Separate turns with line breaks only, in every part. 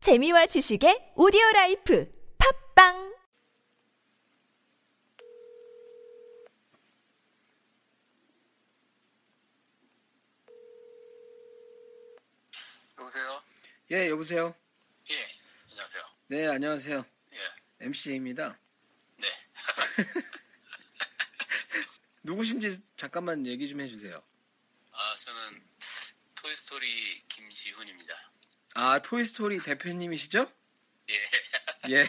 재미와 지식의 오디오 라이프 팝빵
여보세요?
예, 여보세요.
예, 안녕하세요.
네, 안녕하세요.
예,
MC입니다.
네.
누구신지 잠깐만 얘기 좀 해주세요.
아, 저는 토이스토리 김지훈입니다.
아, 토이스토리 대표님이시죠?
예.
예.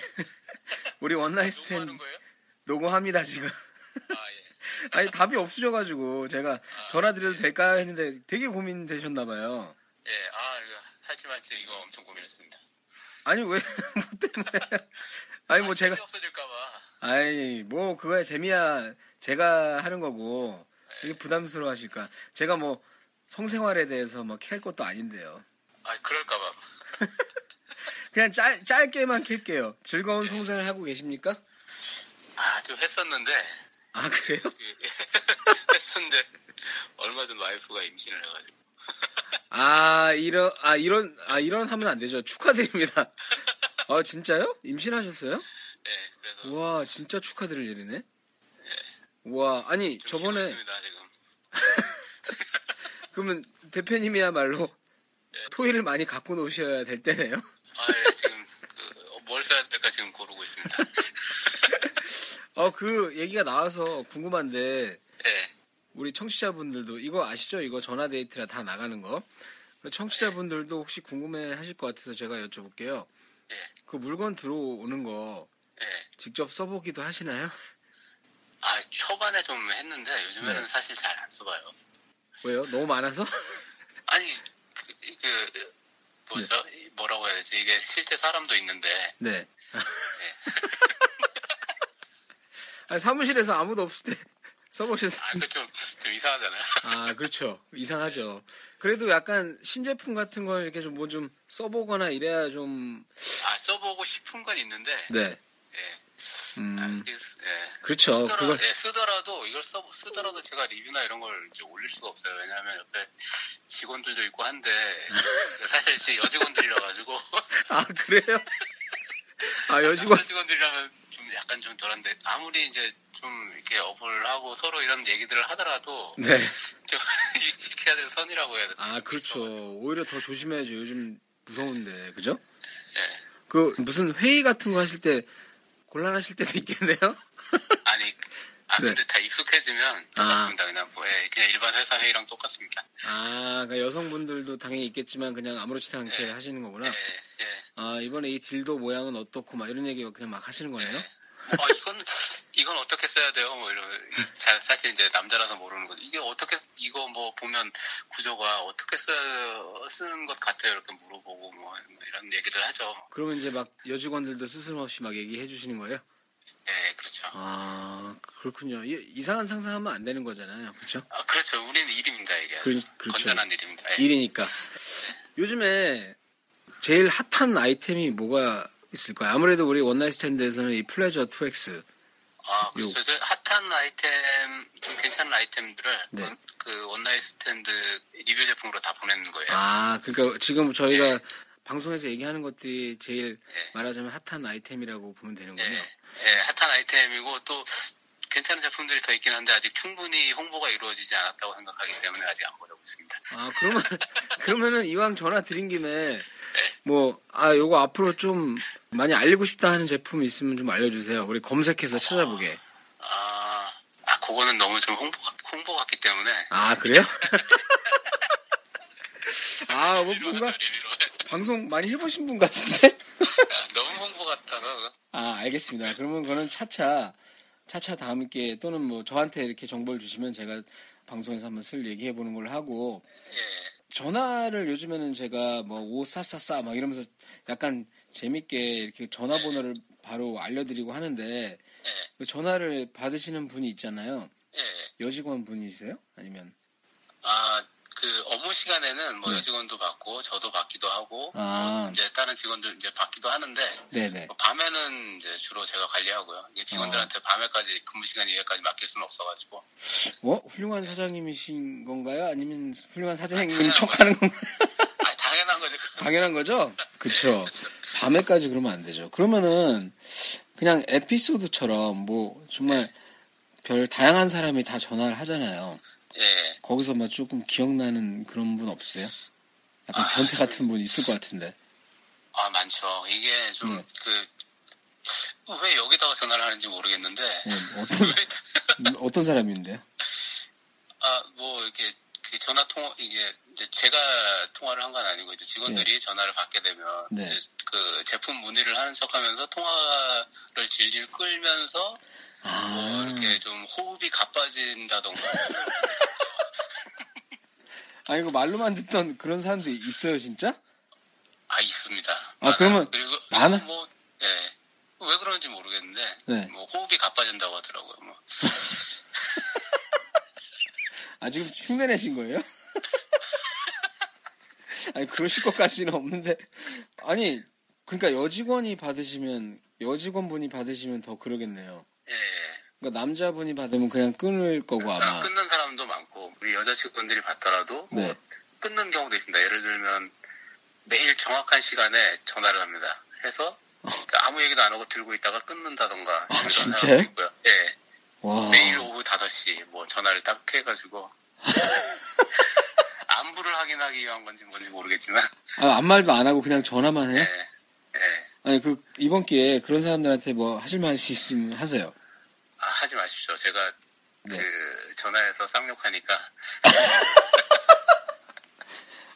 우리 원나잇스텐
녹음하는 거예요?
녹음합니다, 지금.
아, 예.
아니, 답이 없으셔가지고 제가
아.
전화 드려도 될까 했는데 되게 고민되셨나봐요.
예, 아, 이거, 하지만 저 이거 엄청 고민했습니다.
아니, 왜, 뭐 때문에. 아니, 뭐 제가,
없어질까봐.
아이, 뭐 그거야 재미야. 제가 하는 거고. 이게 부담스러워 하실까. 제가 뭐 성생활에 대해서 막 캘 것도 아닌데요.
아, 그럴까봐.
그냥 짧, 짧게만 캘게요. 즐거운 성사를 하고 계십니까?
아, 좀 했었는데,
아, 그래요?
그, 했었는데, 얼마 전 와이프가 임신을 해가지고.
아, 이런, 아, 이런, 아, 이런 하면 안 되죠. 축하드립니다. 아, 진짜요? 임신하셨어요?
예, 그래서.
우와, 진짜 축하드릴 일이네. 우와, 아니,
좀
저번에,
힘들었습니다, 지금.
그러면 대표님이야말로
네.
토의를 많이 갖고 노셔야 될 때네요.
아, 예, 지금, 그, 어, 뭘 써야 될까 지금 고르고 있습니다.
어, 그 얘기가 나와서 궁금한데,
예,
우리 청취자분들도 이거 아시죠? 이거 전화 데이트라 다 나가는 거. 그 청취자분들도 혹시 궁금해 하실 것 같아서 제가 여쭤볼게요.
예,
그 물건 들어오는 거
예.
직접 써보기도 하시나요?
아, 초반에 좀 했는데 요즘에는
네.
사실 잘 안 써봐요.
왜요? 너무 많아서?
아니, 그, 그 뭐죠? 이 뭐라고 해야 되지? 이게 실제 사람도 있는데
네. 아니, 사무실에서 아무도 없을 때
아,
써보셨어요?
그 좀, 좀 이상하잖아요.
아, 그렇죠. 이상하죠. 그래도 약간 신제품 같은 걸 이렇게 좀 뭐 좀 써보거나 이래야 좀.
아, 써보고 싶은 건 있는데
네.
예. 아,
음.
이게 쓰- 예.
그렇죠.
쓰더라,
그걸-
예, 쓰더라도 이걸 써, 쓰더라도 제가 리뷰나 이런 걸 이제 올릴 수가 없어요. 왜냐하면 옆에 직원들도 있고 한데
음.
사실 제 여직원들이라 가지고
아, 그래요? 아, 여직원.
남자 직원들이라면 좀 약간 좀 덜한데 아무리 이제 좀 이렇게 어플하고 서로 이런 얘기들을 하더라도
네.
좀 이 지켜야 될 선이라고 해야 되나?
아, 그렇죠. 오히려 더 조심해야죠. 요즘 무서운데. 그죠?
예.
그 무슨 회의 같은 거 하실 때 곤란하실 때도 있겠네요?
아니, 아,
네.
근데 다 익숙해지면 똑같습니다. 그냥 뭐, 예, 그냥 일반 회사 회의랑 똑같습니다.
아, 그러니까 여성분들도 당연히 있겠지만 그냥 아무렇지도 않게
네.
하시는 거구나.
예, 예.
아, 이번에 이 딜도 모양은 어떻고 막 이런 얘기 그냥 막 하시는 거네요?
어, 이건, 이건 어떻게 써야 돼요? 뭐, 이런, 자, 사실 이제 남자라서 모르는 거죠. 이게 어떻게, 이거 뭐 보면 구조가 어떻게 써, 쓰는 것 같아요? 이렇게 물어보고 뭐, 이런 얘기들 하죠.
그러면 이제 막 여직원들도 스스럼 없이 막 얘기해 주시는 거예요?
예, 그렇죠.
아, 그렇군요. 이- 이상한 상상하면 안 되는 거잖아요. 그렇죠?
아, 그렇죠. 우리는 일입니다, 이게.
그- 그렇죠.
건전한 일입니다. 예.
일이니까. 요즘에 제일 핫한 아이템이 뭐가 있을까요? 아무래도 우리 원나잇 스탠드에서는 이 플레저 2X.
아, 그래서 저 핫한 아이템, 좀 괜찮은 아이템들을
네.
원- 그 온라인 스탠드 리뷰 제품으로 다 보내는 거예요.
아, 그러니까 지금 저희가 방송에서 얘기하는 것들이 제일
네.
말하자면 핫한 아이템이라고 보면 되는군요.
예, 예, 핫한 아이템이고 또 괜찮은 제품들이 더 있긴 한데 아직 충분히 홍보가 이루어지지 않았다고 생각하기 때문에 아직 안 보내고 있습니다.
아, 그러면, 그러면은 이왕 전화 드린 김에
네.
뭐, 아, 요거 앞으로 좀 많이 알리고 싶다 하는 제품이 있으면 좀 알려주세요. 우리 검색해서 찾아보게.
아, 아 그거는 너무 좀 홍보, 홍보 같기 때문에
아, 그래요? 아, 뭐
리뷰로
뭔가
하죠, 리뷰로.
방송 많이 해보신 분 같은데?
아, 너무 홍보 같아서
아, 알겠습니다. 그러면 그거는 차차, 차차 다음 기회 또는 뭐 저한테 이렇게 정보를 주시면 제가 방송에서 한번 슬 얘기해보는 걸로 하고,
예,
전화를 요즘에는 제가 뭐 오사사사 막 이러면서 약간 재밌게 이렇게 전화번호를 바로 알려드리고 하는데,
예,
그 전화를 받으시는 분이 있잖아요.
예.
여직원 분이세요? 아니면,
아, 그 업무 시간에는 뭐 여직원도 받고 저도 받기도 하고
네. 아.
뭐 이제 다른 직원들 이제 받기도 하는데
네네. 아.
뭐 밤에는 이제 주로 제가 관리하고요. 이게 직원들한테 밤에까지 근무 시간 이외까지 맡길 수는 없어가지고
어? 훌륭한 사장님이신 건가요? 아니면 훌륭한 사장님
당연한
척 하는 건가요?
아, 당연한 거죠.
당연한 거죠? 그쵸. 밤에까지 그러면 안 되죠. 그러면은 그냥 에피소드처럼 뭐 정말 별 다양한 사람이 다 전화를 하잖아요.
예.
거기서 막 조금 기억나는 그런 분 없으세요? 약간 변태 같은 분 있을 것 같은데.
아, 많죠. 이게 좀,
네.
그, 왜 여기다가 전화를 하는지 모르겠는데,
예, 어떤 음, 어떤 사람인데요?
아, 뭐, 이렇게, 그 전화 통화, 이게, 이제 제가 통화를 한 건 아니고, 이제 직원들이 전화를 받게 되면,
예. 네.
이제 그 제품 문의를 하는 척 하면서 통화를 질질 끌면서, 뭐,
아,
이렇게 좀 호흡이 가빠진다던가,
아 이거 말로만 듣던 그런 사람도 있어요 진짜?
아, 있습니다.
아, 그러면
그리고,
많아?
뭐, 예. 왜 그런지 모르겠는데,
네.
뭐, 호흡이 가빠진다고 하더라고요. 뭐.
아 지금 흉내내신 거예요? 아니 그러실 것까지는 없는데 아니 그러니까 여직원이 받으시면 여직원분이 받으시면 더 그러겠네요.
예.
그러니까 남자분이 받으면 그냥 끊을 거고
아,
뭐 아마.
끊는 사람도 많고 우리 여자 직원들이 받더라도 뭐
네.
끊는 경우도 있습니다. 예를 들면 매일 정확한 시간에 전화를 합니다. 해서 그러니까 아무 얘기도 안 하고 들고 있다가 끊는다던가 이런
어. 아, 진짜요? 아.
사람도 있고요. 예.
와.
매일 오후 5시 뭐 전화를 딱 해가지고 안부를 확인하기 위한 건지 뭔지 모르겠지만
아, 아무 말도 안 하고 그냥 전화만
예.
해?
예.
아니 그 이번 기회에 그런 사람들한테 뭐 하실 말 있으면 하세요.
아, 하지 마십시오. 제가
네.
그 전화해서 쌍욕하니까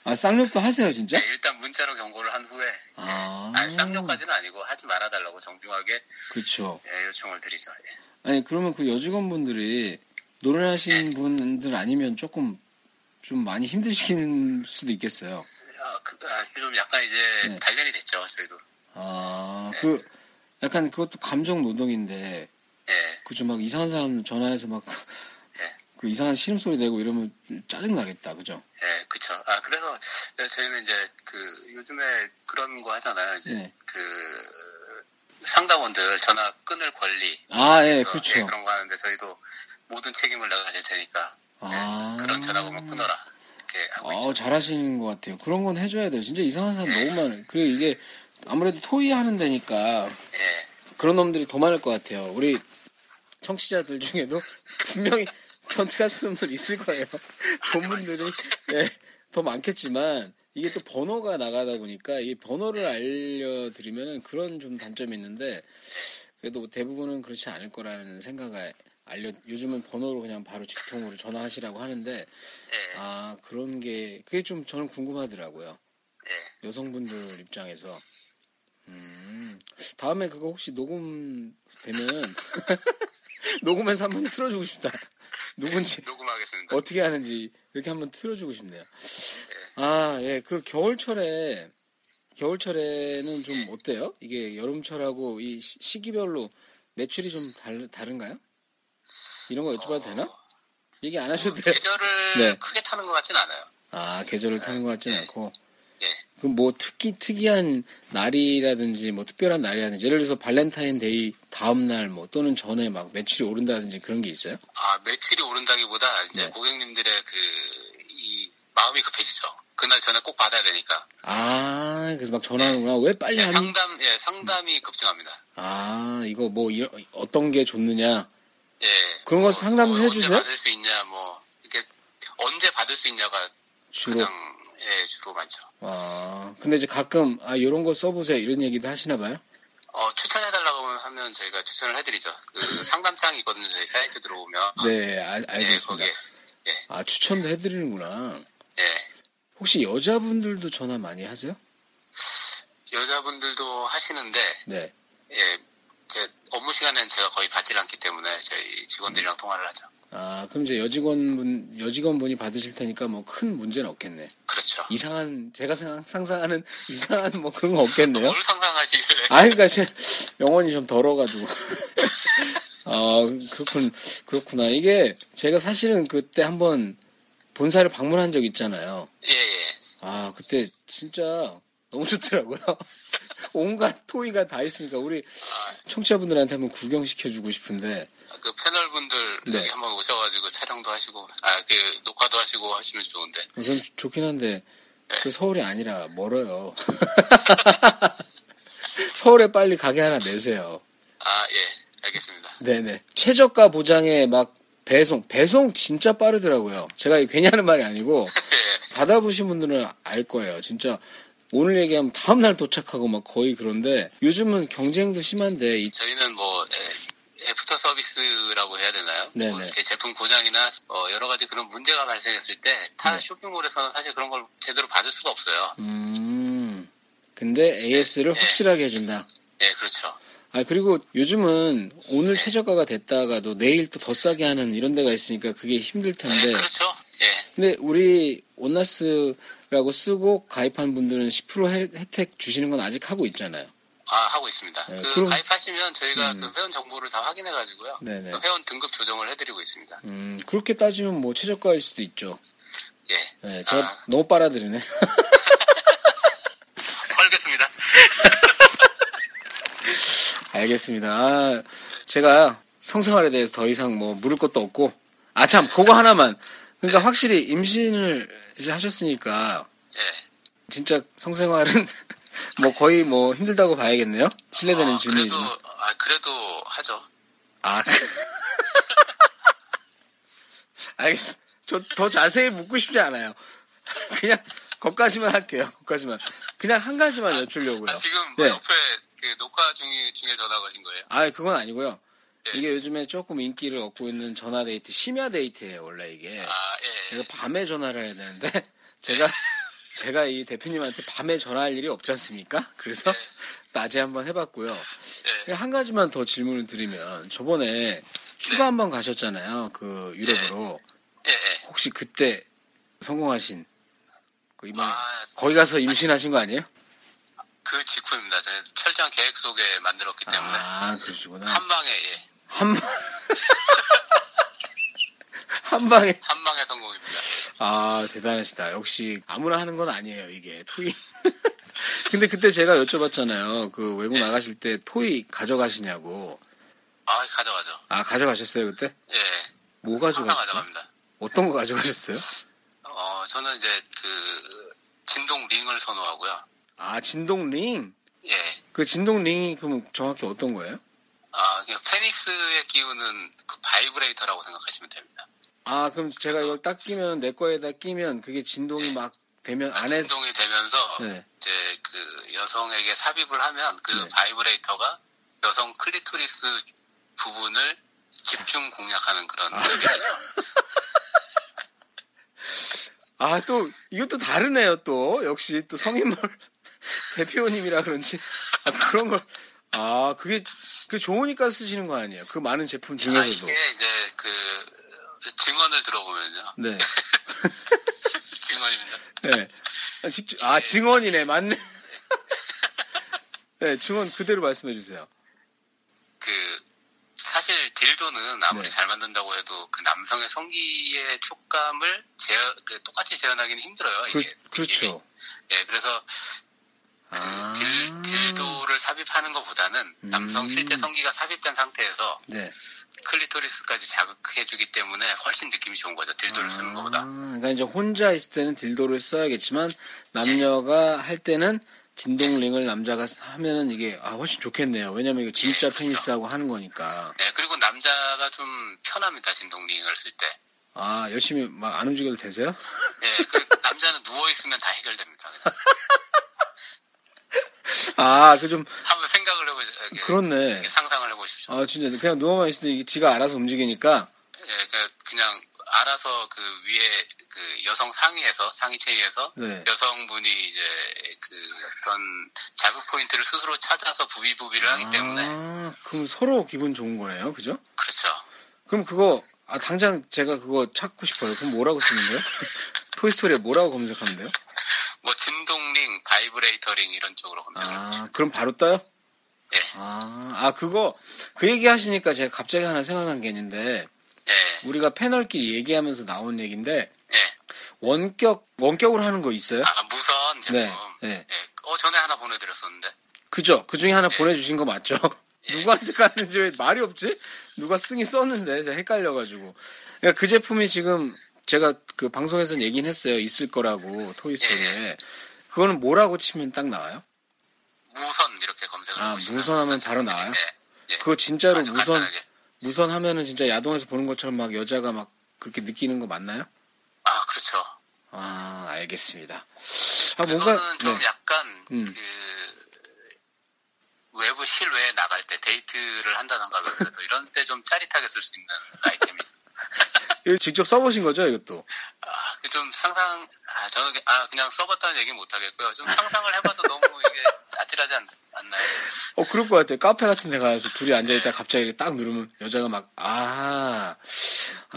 아 쌍욕도 하세요 진짜?
예, 일단 문자로 경고를 한 후에
네? 아.
아니, 쌍욕까지는 아니고 하지 말아달라고 정중하게
그렇죠.
예, 요청을 드리죠. 예.
아니 그러면 그 여직원분들이 노래하신 분들 아니면 조금 좀 많이 힘드시는 수도 있겠어요.
아, 그, 아, 좀 약간 이제
네.
단련이 됐죠, 저희도.
아, 그 약간 그것도 감정 노동인데
예,
그죠 막 이상한 사람 전화해서 막
예,
그 이상한 신음소리 내고 이러면 짜증 나겠다. 그죠?
예, 그쵸. 아, 그래서 저희는 이제 그 요즘에 그런 거 하잖아요. 이제
네.
그 상담원들 전화 끊을 권리.
아, 예,
어,
그렇죠.
예, 그런 거 하는데 저희도 모든 책임을 내가 질 테니까 예,
아.
그런 전화 오면 끊어라. 이렇게 하고 있죠.
아, 잘하시는 것 같아요. 그런 건 해줘야 돼요. 진짜 이상한 사람 너무 많아요. 그리고 이게 아무래도 토의하는 데니까
예,
그런 놈들이 더 많을 것 같아요. 우리 청취자들 중에도 분명히 변태 같은 놈들 있을 거예요. 좋은 분들이 예, 더 많겠지만 이게 또 번호가 나가다 보니까 이 번호를 알려드리면 그런 좀 단점이 있는데 그래도 뭐 대부분은 그렇지 않을 거라는 생각에 알려 요즘은 번호로 그냥 바로 직통으로 전화하시라고 하는데
예,
아 그런 게 그게 좀 저는 궁금하더라고요.
예.
여성분들 입장에서 음, 다음에 그거 혹시 녹음 되면 녹음해서 한번 틀어주고 싶다 누군지
녹음하겠습니다.
어떻게 하는지 이렇게 한번 틀어주고 싶네요 아예그 겨울철에 겨울철에는 좀 어때요 이게 여름철하고 이 시- 시기별로 매출이 좀 달, 다른가요 이런 거 여쭤봐도 되나
어.
얘기 안 하셔도 돼요
계절을
네.
크게 타는 것 같진 않아요.
아 계절을 타는 것 같진 않고
예.
그럼 뭐 특히 특이한 날이라든지 뭐 특별한 날이라든지 예를 들어서 발렌타인데이 다음 날 뭐 또는 전에 막 매출이 오른다든지 그런 게 있어요?
아, 매출이 오른다기보다 이제
네.
고객님들의 그, 이, 마음이 급해지죠. 그날 전에 꼭 받아야 되니까.
아 그래서 막 전화하는구나 왜 빨리
예,
한?
상담, 예, 상담이 급증합니다.
아 이거 뭐 이런- 어떤 게 좋느냐?
예.
그런 거
뭐, 뭐
상담도 해주세요?
언제 받을 수 있냐, 뭐, 이게 언제 받을 수 있냐가
주로
가장, 예, 주로 많죠.
아 근데 이제 가끔 아 이런 거 써보세요 이런 얘기도 하시나 봐요?
어, 추천해달라고 하면 저희가 추천을 해드리죠. 그 상담창이 있거든요. 저희 사이트 들어오면.
네 알,
예,
알겠습니다.
거기에. 예,
아 추천도 해드리는구나.
예.
혹시 여자분들도 전화 많이 하세요?
여자분들도 하시는데,
네.
예, 그 업무 시간에는 제가 거의 받질 않기 때문에 저희 직원들이랑 통화를 하죠.
아 그럼 이제 여직원분 여직원분이 받으실 테니까 뭐 큰 문제는 없겠네.
그렇죠.
이상한 제가 생각- 상상하는 이상한 뭐 그런 거 없겠네요.
뭘 상상하시길래
아 그러니까 시- 영혼이 좀 더러가지고. 아 그렇군 그렇구나 이게 제가 사실은 그때 한번 본사를 방문한 적 있잖아요.
예예
아 그때 진짜 너무 좋더라고요. 온갖 토이가 다 있으니까 우리 청취자분들한테 한번 구경시켜주고 싶은데 아,
그 패널 분들
네.
여기 한번 오셔가지고 촬영도 하시고 아 그 녹화도 하시고 하시면 좋은데
그건 좋긴 한데 그 서울이 아니라 멀어요. 서울에 빨리 가게 하나 내세요.
아, 예. 알겠습니다.
네네. 최저가 보장에 막 배송, 배송 진짜 빠르더라고요. 제가 괜히 하는 말이 아니고
예.
받아보신 분들은 알 거예요. 진짜 오늘 얘기하면 다음날 도착하고 막 거의 그런데 요즘은 경쟁도 심한데 이-
저희는 뭐 에, 애프터 서비스라고 해야 되나요?
네네.
뭐 이렇게 제품 고장이나 어, 여러 가지 그런 문제가 발생했을 때 타
네.
쇼핑몰에서는 사실 그런 걸 제대로 받을 수가 없어요.
음. 근데 AS를 확실하게 해준다.
예, 그렇죠.
아 그리고 요즘은 오늘 최저가가 됐다가도 내일 또 더 싸게 하는 이런 데가 있으니까 그게 힘들
예,
텐데.
그렇죠. 예.
근데 우리 온나스라고 쓰고 가입한 분들은 10% 혜- 혜택 주시는 건 아직 하고 있잖아요.
아, 하고 있습니다.
네,
그
그럼- 음.
가입하시면 저희가 그 회원 정보를 다 확인해 가지고요. 그
네네.
회원 등급 조정을 해 드리고 있습니다.
음 그렇게 따지면 뭐 최저가일 수도 있죠.
예.
네, 제가
아,
너무 빨아들이네.
알겠습니다.
알겠습니다. 아, 제가 성생활에 대해서 더 이상 뭐 물을 것도 없고 아 참 그거 하나만 그러니까 확실히 임신을 이제 하셨으니까
예.
진짜 성생활은 뭐 거의 뭐 힘들다고 봐야겠네요. 실례되는
아, 그래도
질문이지만
아, 그래도 하죠.
아 알겠어. 저더 자세히 묻고 싶지 않아요. 그냥 거기까지만 할게요. 거기까지만 그냥 한 가지만 여쭈려고요.
아, 지금 뭐
네.
옆에 그 녹화 중에 중에 전화 걸린 거예요.
아 그건 아니고요.
예.
이게 요즘에 조금 인기를 얻고 있는 전화 데이트, 심야 데이트예요 원래 이게.
아, 예.
제가 밤에 전화를 해야 되는데 제가 제가 이 대표님한테 밤에 전화할 일이 없지 않습니까? 그래서
네.
낮에 한번 해봤고요.
예.
한 가지만 더 질문을 드리면 저번에 휴가 한번 가셨잖아요. 그 유럽으로
네. 예, 예.
혹시 그때 성공하신 그 이번에
아,
거기 가서 임신하신 거 아니에요?
그 직후입니다. 저는 철저한 계획 속에 만들었기 때문에
아 그러시구나.
네, 한 방에 예.
한 방에
한 방에 성공입니다.
아, 대단하시다. 역시 아무나 하는 건 아니에요, 이게. 토익. 근데 그때 제가 여쭤봤잖아요. 그 외국 나가실 때 토익 가져가시냐고.
아, 가져가죠.
아, 가져가셨어요, 그때?
예.
뭐
항상
가져가셨어요?
가져갑니다.
어떤 거 가져가셨어요?
어, 저는 이제 그 진동 링을 선호하고요.
아, 진동링?
예.
그 진동링이 그럼 정확히 어떤 거예요?
아, 그냥 페닉스에 끼우는 그 바이브레이터라고 생각하시면 됩니다.
아, 그럼 제가 이걸 딱 끼면, 내 거에다 끼면 그게 진동이 막 되면 안에서.
진동이 되면서
네.
이제 그 여성에게 삽입을 하면 그
네.
바이브레이터가 여성 클리토리스 부분을 집중 공략하는 그런 아, 의미죠.
아, 또, 이것도 다르네요, 또. 역시 또 성인물 대표님이라 그런지. 아, 그런 걸. 아, 그게, 그 좋으니까 쓰시는 거 아니에요. 그 많은 제품
아,
중에서도.
이게 이제 그 증언을 들어보면요.
네.
증언입니다.
네. 아, 직- 아, 증언이네. 맞네. 네, 증언 그대로 말씀해 주세요.
그 사실 딜도는 아무리
네.
잘 만든다고 해도 그 남성의 성기의 촉감을 재현, 그 똑같이 재현하기는 힘들어요.
그,
이게
그렇죠.
느낌이. 예, 그래서
아.
딜, 딜도를 삽입하는 것보다는
음.
남성 실제 성기가 삽입된 상태에서
네.
클리토리스까지 자극해주기 때문에 훨씬 느낌이 좋은 거죠. 딜도를 쓰는 것보다.
아, 그러니까 이제 혼자 있을 때는 딜도를 써야겠지만 남녀가 할 때는 진동링을 남자가 하면은 이게 아 훨씬 좋겠네요. 왜냐면 이거 진짜
예, 그렇죠.
페니스하고 하는 거니까.
네, 그리고 남자가 좀 편합니다. 진동링을 쓸 때.
아 열심히 막 안 움직여도 되세요?
예, 그 남자는 누워있으면 다 해결됩니다. 그냥
아 그 좀
한번 생각을 해보세요. 이렇게
그렇네.
이렇게 상상을 해보십시오.
아 진짜 그냥 누워만 있어도 이게 지가 알아서 움직이니까
예, 그 그냥 알아서 그 위에 그 여성 상의에서 상의 체위에서
네.
여성분이 이제 그 어떤 자극 포인트를 스스로 찾아서 부비부비를 하기 때문에
아 그럼 서로 기분 좋은 거네요, 그죠?
그렇죠.
그럼 그거 아 당장 제가 그거 찾고 싶어요. 그럼 뭐라고 쓰는 거예요? 토이스토리에 뭐라고 검색하면 돼요?
뭐 진동링, 바이브레이터링 이런 쪽으로 검색을 해보죠.
아 그럼 바로 떠요?
예.
아, 아, 그거, 그 얘기 하시니까 제가 갑자기 하나 생각난 게 있는데,
예,
우리가 패널끼리 얘기하면서 나온 얘기인데,
예.
원격, 원격으로 하는 거 있어요?
아 무선 제품.
네, 네.
예. 어 전에 하나 보내드렸었는데.
그죠? 그 중에 하나 보내주신 거 맞죠? 누구한테 갔는지 왜 말이 없지? 누가 승이 썼는데, 제가 헷갈려가지고. 그러니까 그 제품이 지금 제가 그 방송에서는
예,
얘기는 했어요. 있을 거라고, 토이스토리에. 그거는 뭐라고 치면 딱 나와요?
무선 이렇게 검색을
아,
해보시면
무선하면 바로
검색이-
나와요?
예, 예.
그거 진짜로
아주
무선
간단하게.
무선 하면은 진짜 야동에서 보는 것처럼 막 여자가 막 그렇게 느끼는 거 맞나요?
아 그렇죠.
아 알겠습니다. 아 뭔가
그거는 좀
네.
약간
음.
그 외부 실외에 나갈 때 데이트를 한다던가 그래서 이런 때 좀 짜릿하게 쓸 수 있는 아이템이 있어요.
이거 직접 써보신 거죠 이것도?
아, 그좀 상상, 아, 저는 그- 아, 그냥 써봤다는 얘기는 못하겠고요. 좀 상상을 해봐도 너무 이게 아찔하지 않, 않나요?
어 그럴 것 같아요. 카페 같은 데 가서 둘이 앉아있다 가 갑자기 이렇게 딱 누르면 여자가 막아아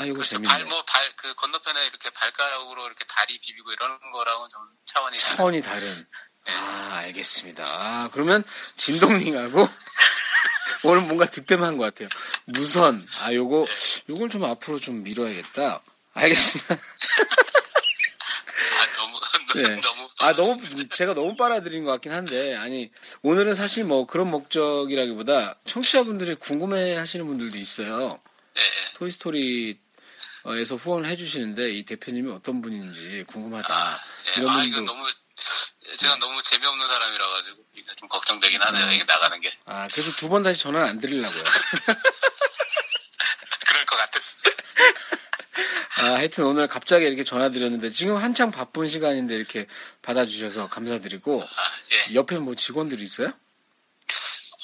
이거
그렇죠.
재밌네.
발, 뭐, 발, 그 건너편에 이렇게 발가락으로 이렇게 다리 비비고 이러는 거랑은 좀 차원이.
차원이 다른.
네.
아, 알겠습니다. 아, 그러면 진동링하고 오늘 뭔가 득템한 것 같아요. 무선. 아, 요거
네.
요걸 좀 앞으로 좀 밀어야겠다. 알겠습니다.
아, 너무,
네.
너무.
아, 너무 제가 너무 빨아들인 것 같긴 한데 아니 오늘은 사실 뭐 그런 목적이라기보다 청취자분들이 궁금해하시는 분들도 있어요.
예, 예.
토이스토리에서 후원을 해주시는데 이 대표님이 어떤 분인지 궁금하다.
예.
이런
아,
분도
이건 너무, 제가 너무 재미없는 사람이라가지고, 이게 좀 걱정되긴 하네요. 이게 나가는 게.
아, 그래서 두 번 다시 전화를 안 드리려고요.
그럴 것 같았어요.
아, 하여튼 오늘 갑자기 이렇게 전화드렸는데 지금 한창 바쁜 시간인데 이렇게 받아주셔서 감사드리고
아, 예.
옆에 뭐 직원들이 있어요?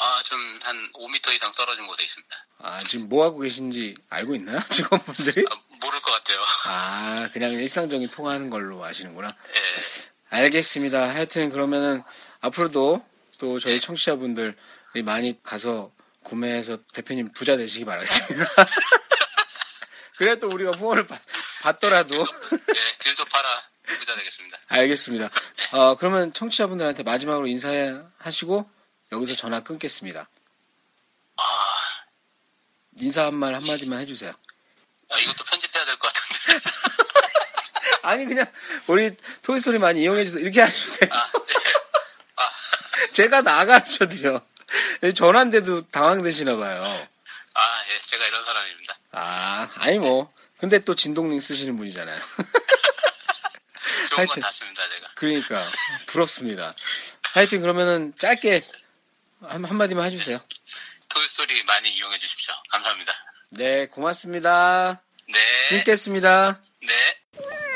아, 좀 한 5m 이상 떨어진 곳에 있습니다.
아, 지금 뭐 하고 계신지 알고 있나요? 직원분들이?
아, 모를 것 같아요.
아, 그냥 일상적인 통화하는 걸로 아시는구나.
예.
알겠습니다. 하여튼 그러면은 앞으로도 또 저희 청취자분들이 많이 가서 구매해서 대표님 부자 되시기 바라겠습니다. 그래도 우리가 후원을 받, 받더라도
예, 길도 팔아 부자 되겠습니다.
알겠습니다. 어, 그러면 청취자분들한테 마지막으로 인사하시고 여기서 전화 끊겠습니다.
아,
인사 한 말 한마디만 해주세요.
아, 이것도 편집해야 될 것 같은데.
아니 그냥 우리 토이스토리 많이 이용해주세요. 이렇게 하시면 돼요.
아, 예. 아,
제가 나가르쳐드려. 전화인데도 당황되시나 봐요.
아, 예, 제가 이런 사람입니다.
아, 아니 뭐. 근데 또 진동링 쓰시는 분이잖아요.
좋은
하여튼.
건 다 씁니다, 제가.
그러니까 부럽습니다. 하여튼 그러면은 짧게 한, 한마디만 해주세요.
토이스토리 많이 이용해 주십시오. 감사합니다.
네, 고맙습니다.
네.
끊겠습니다.
네.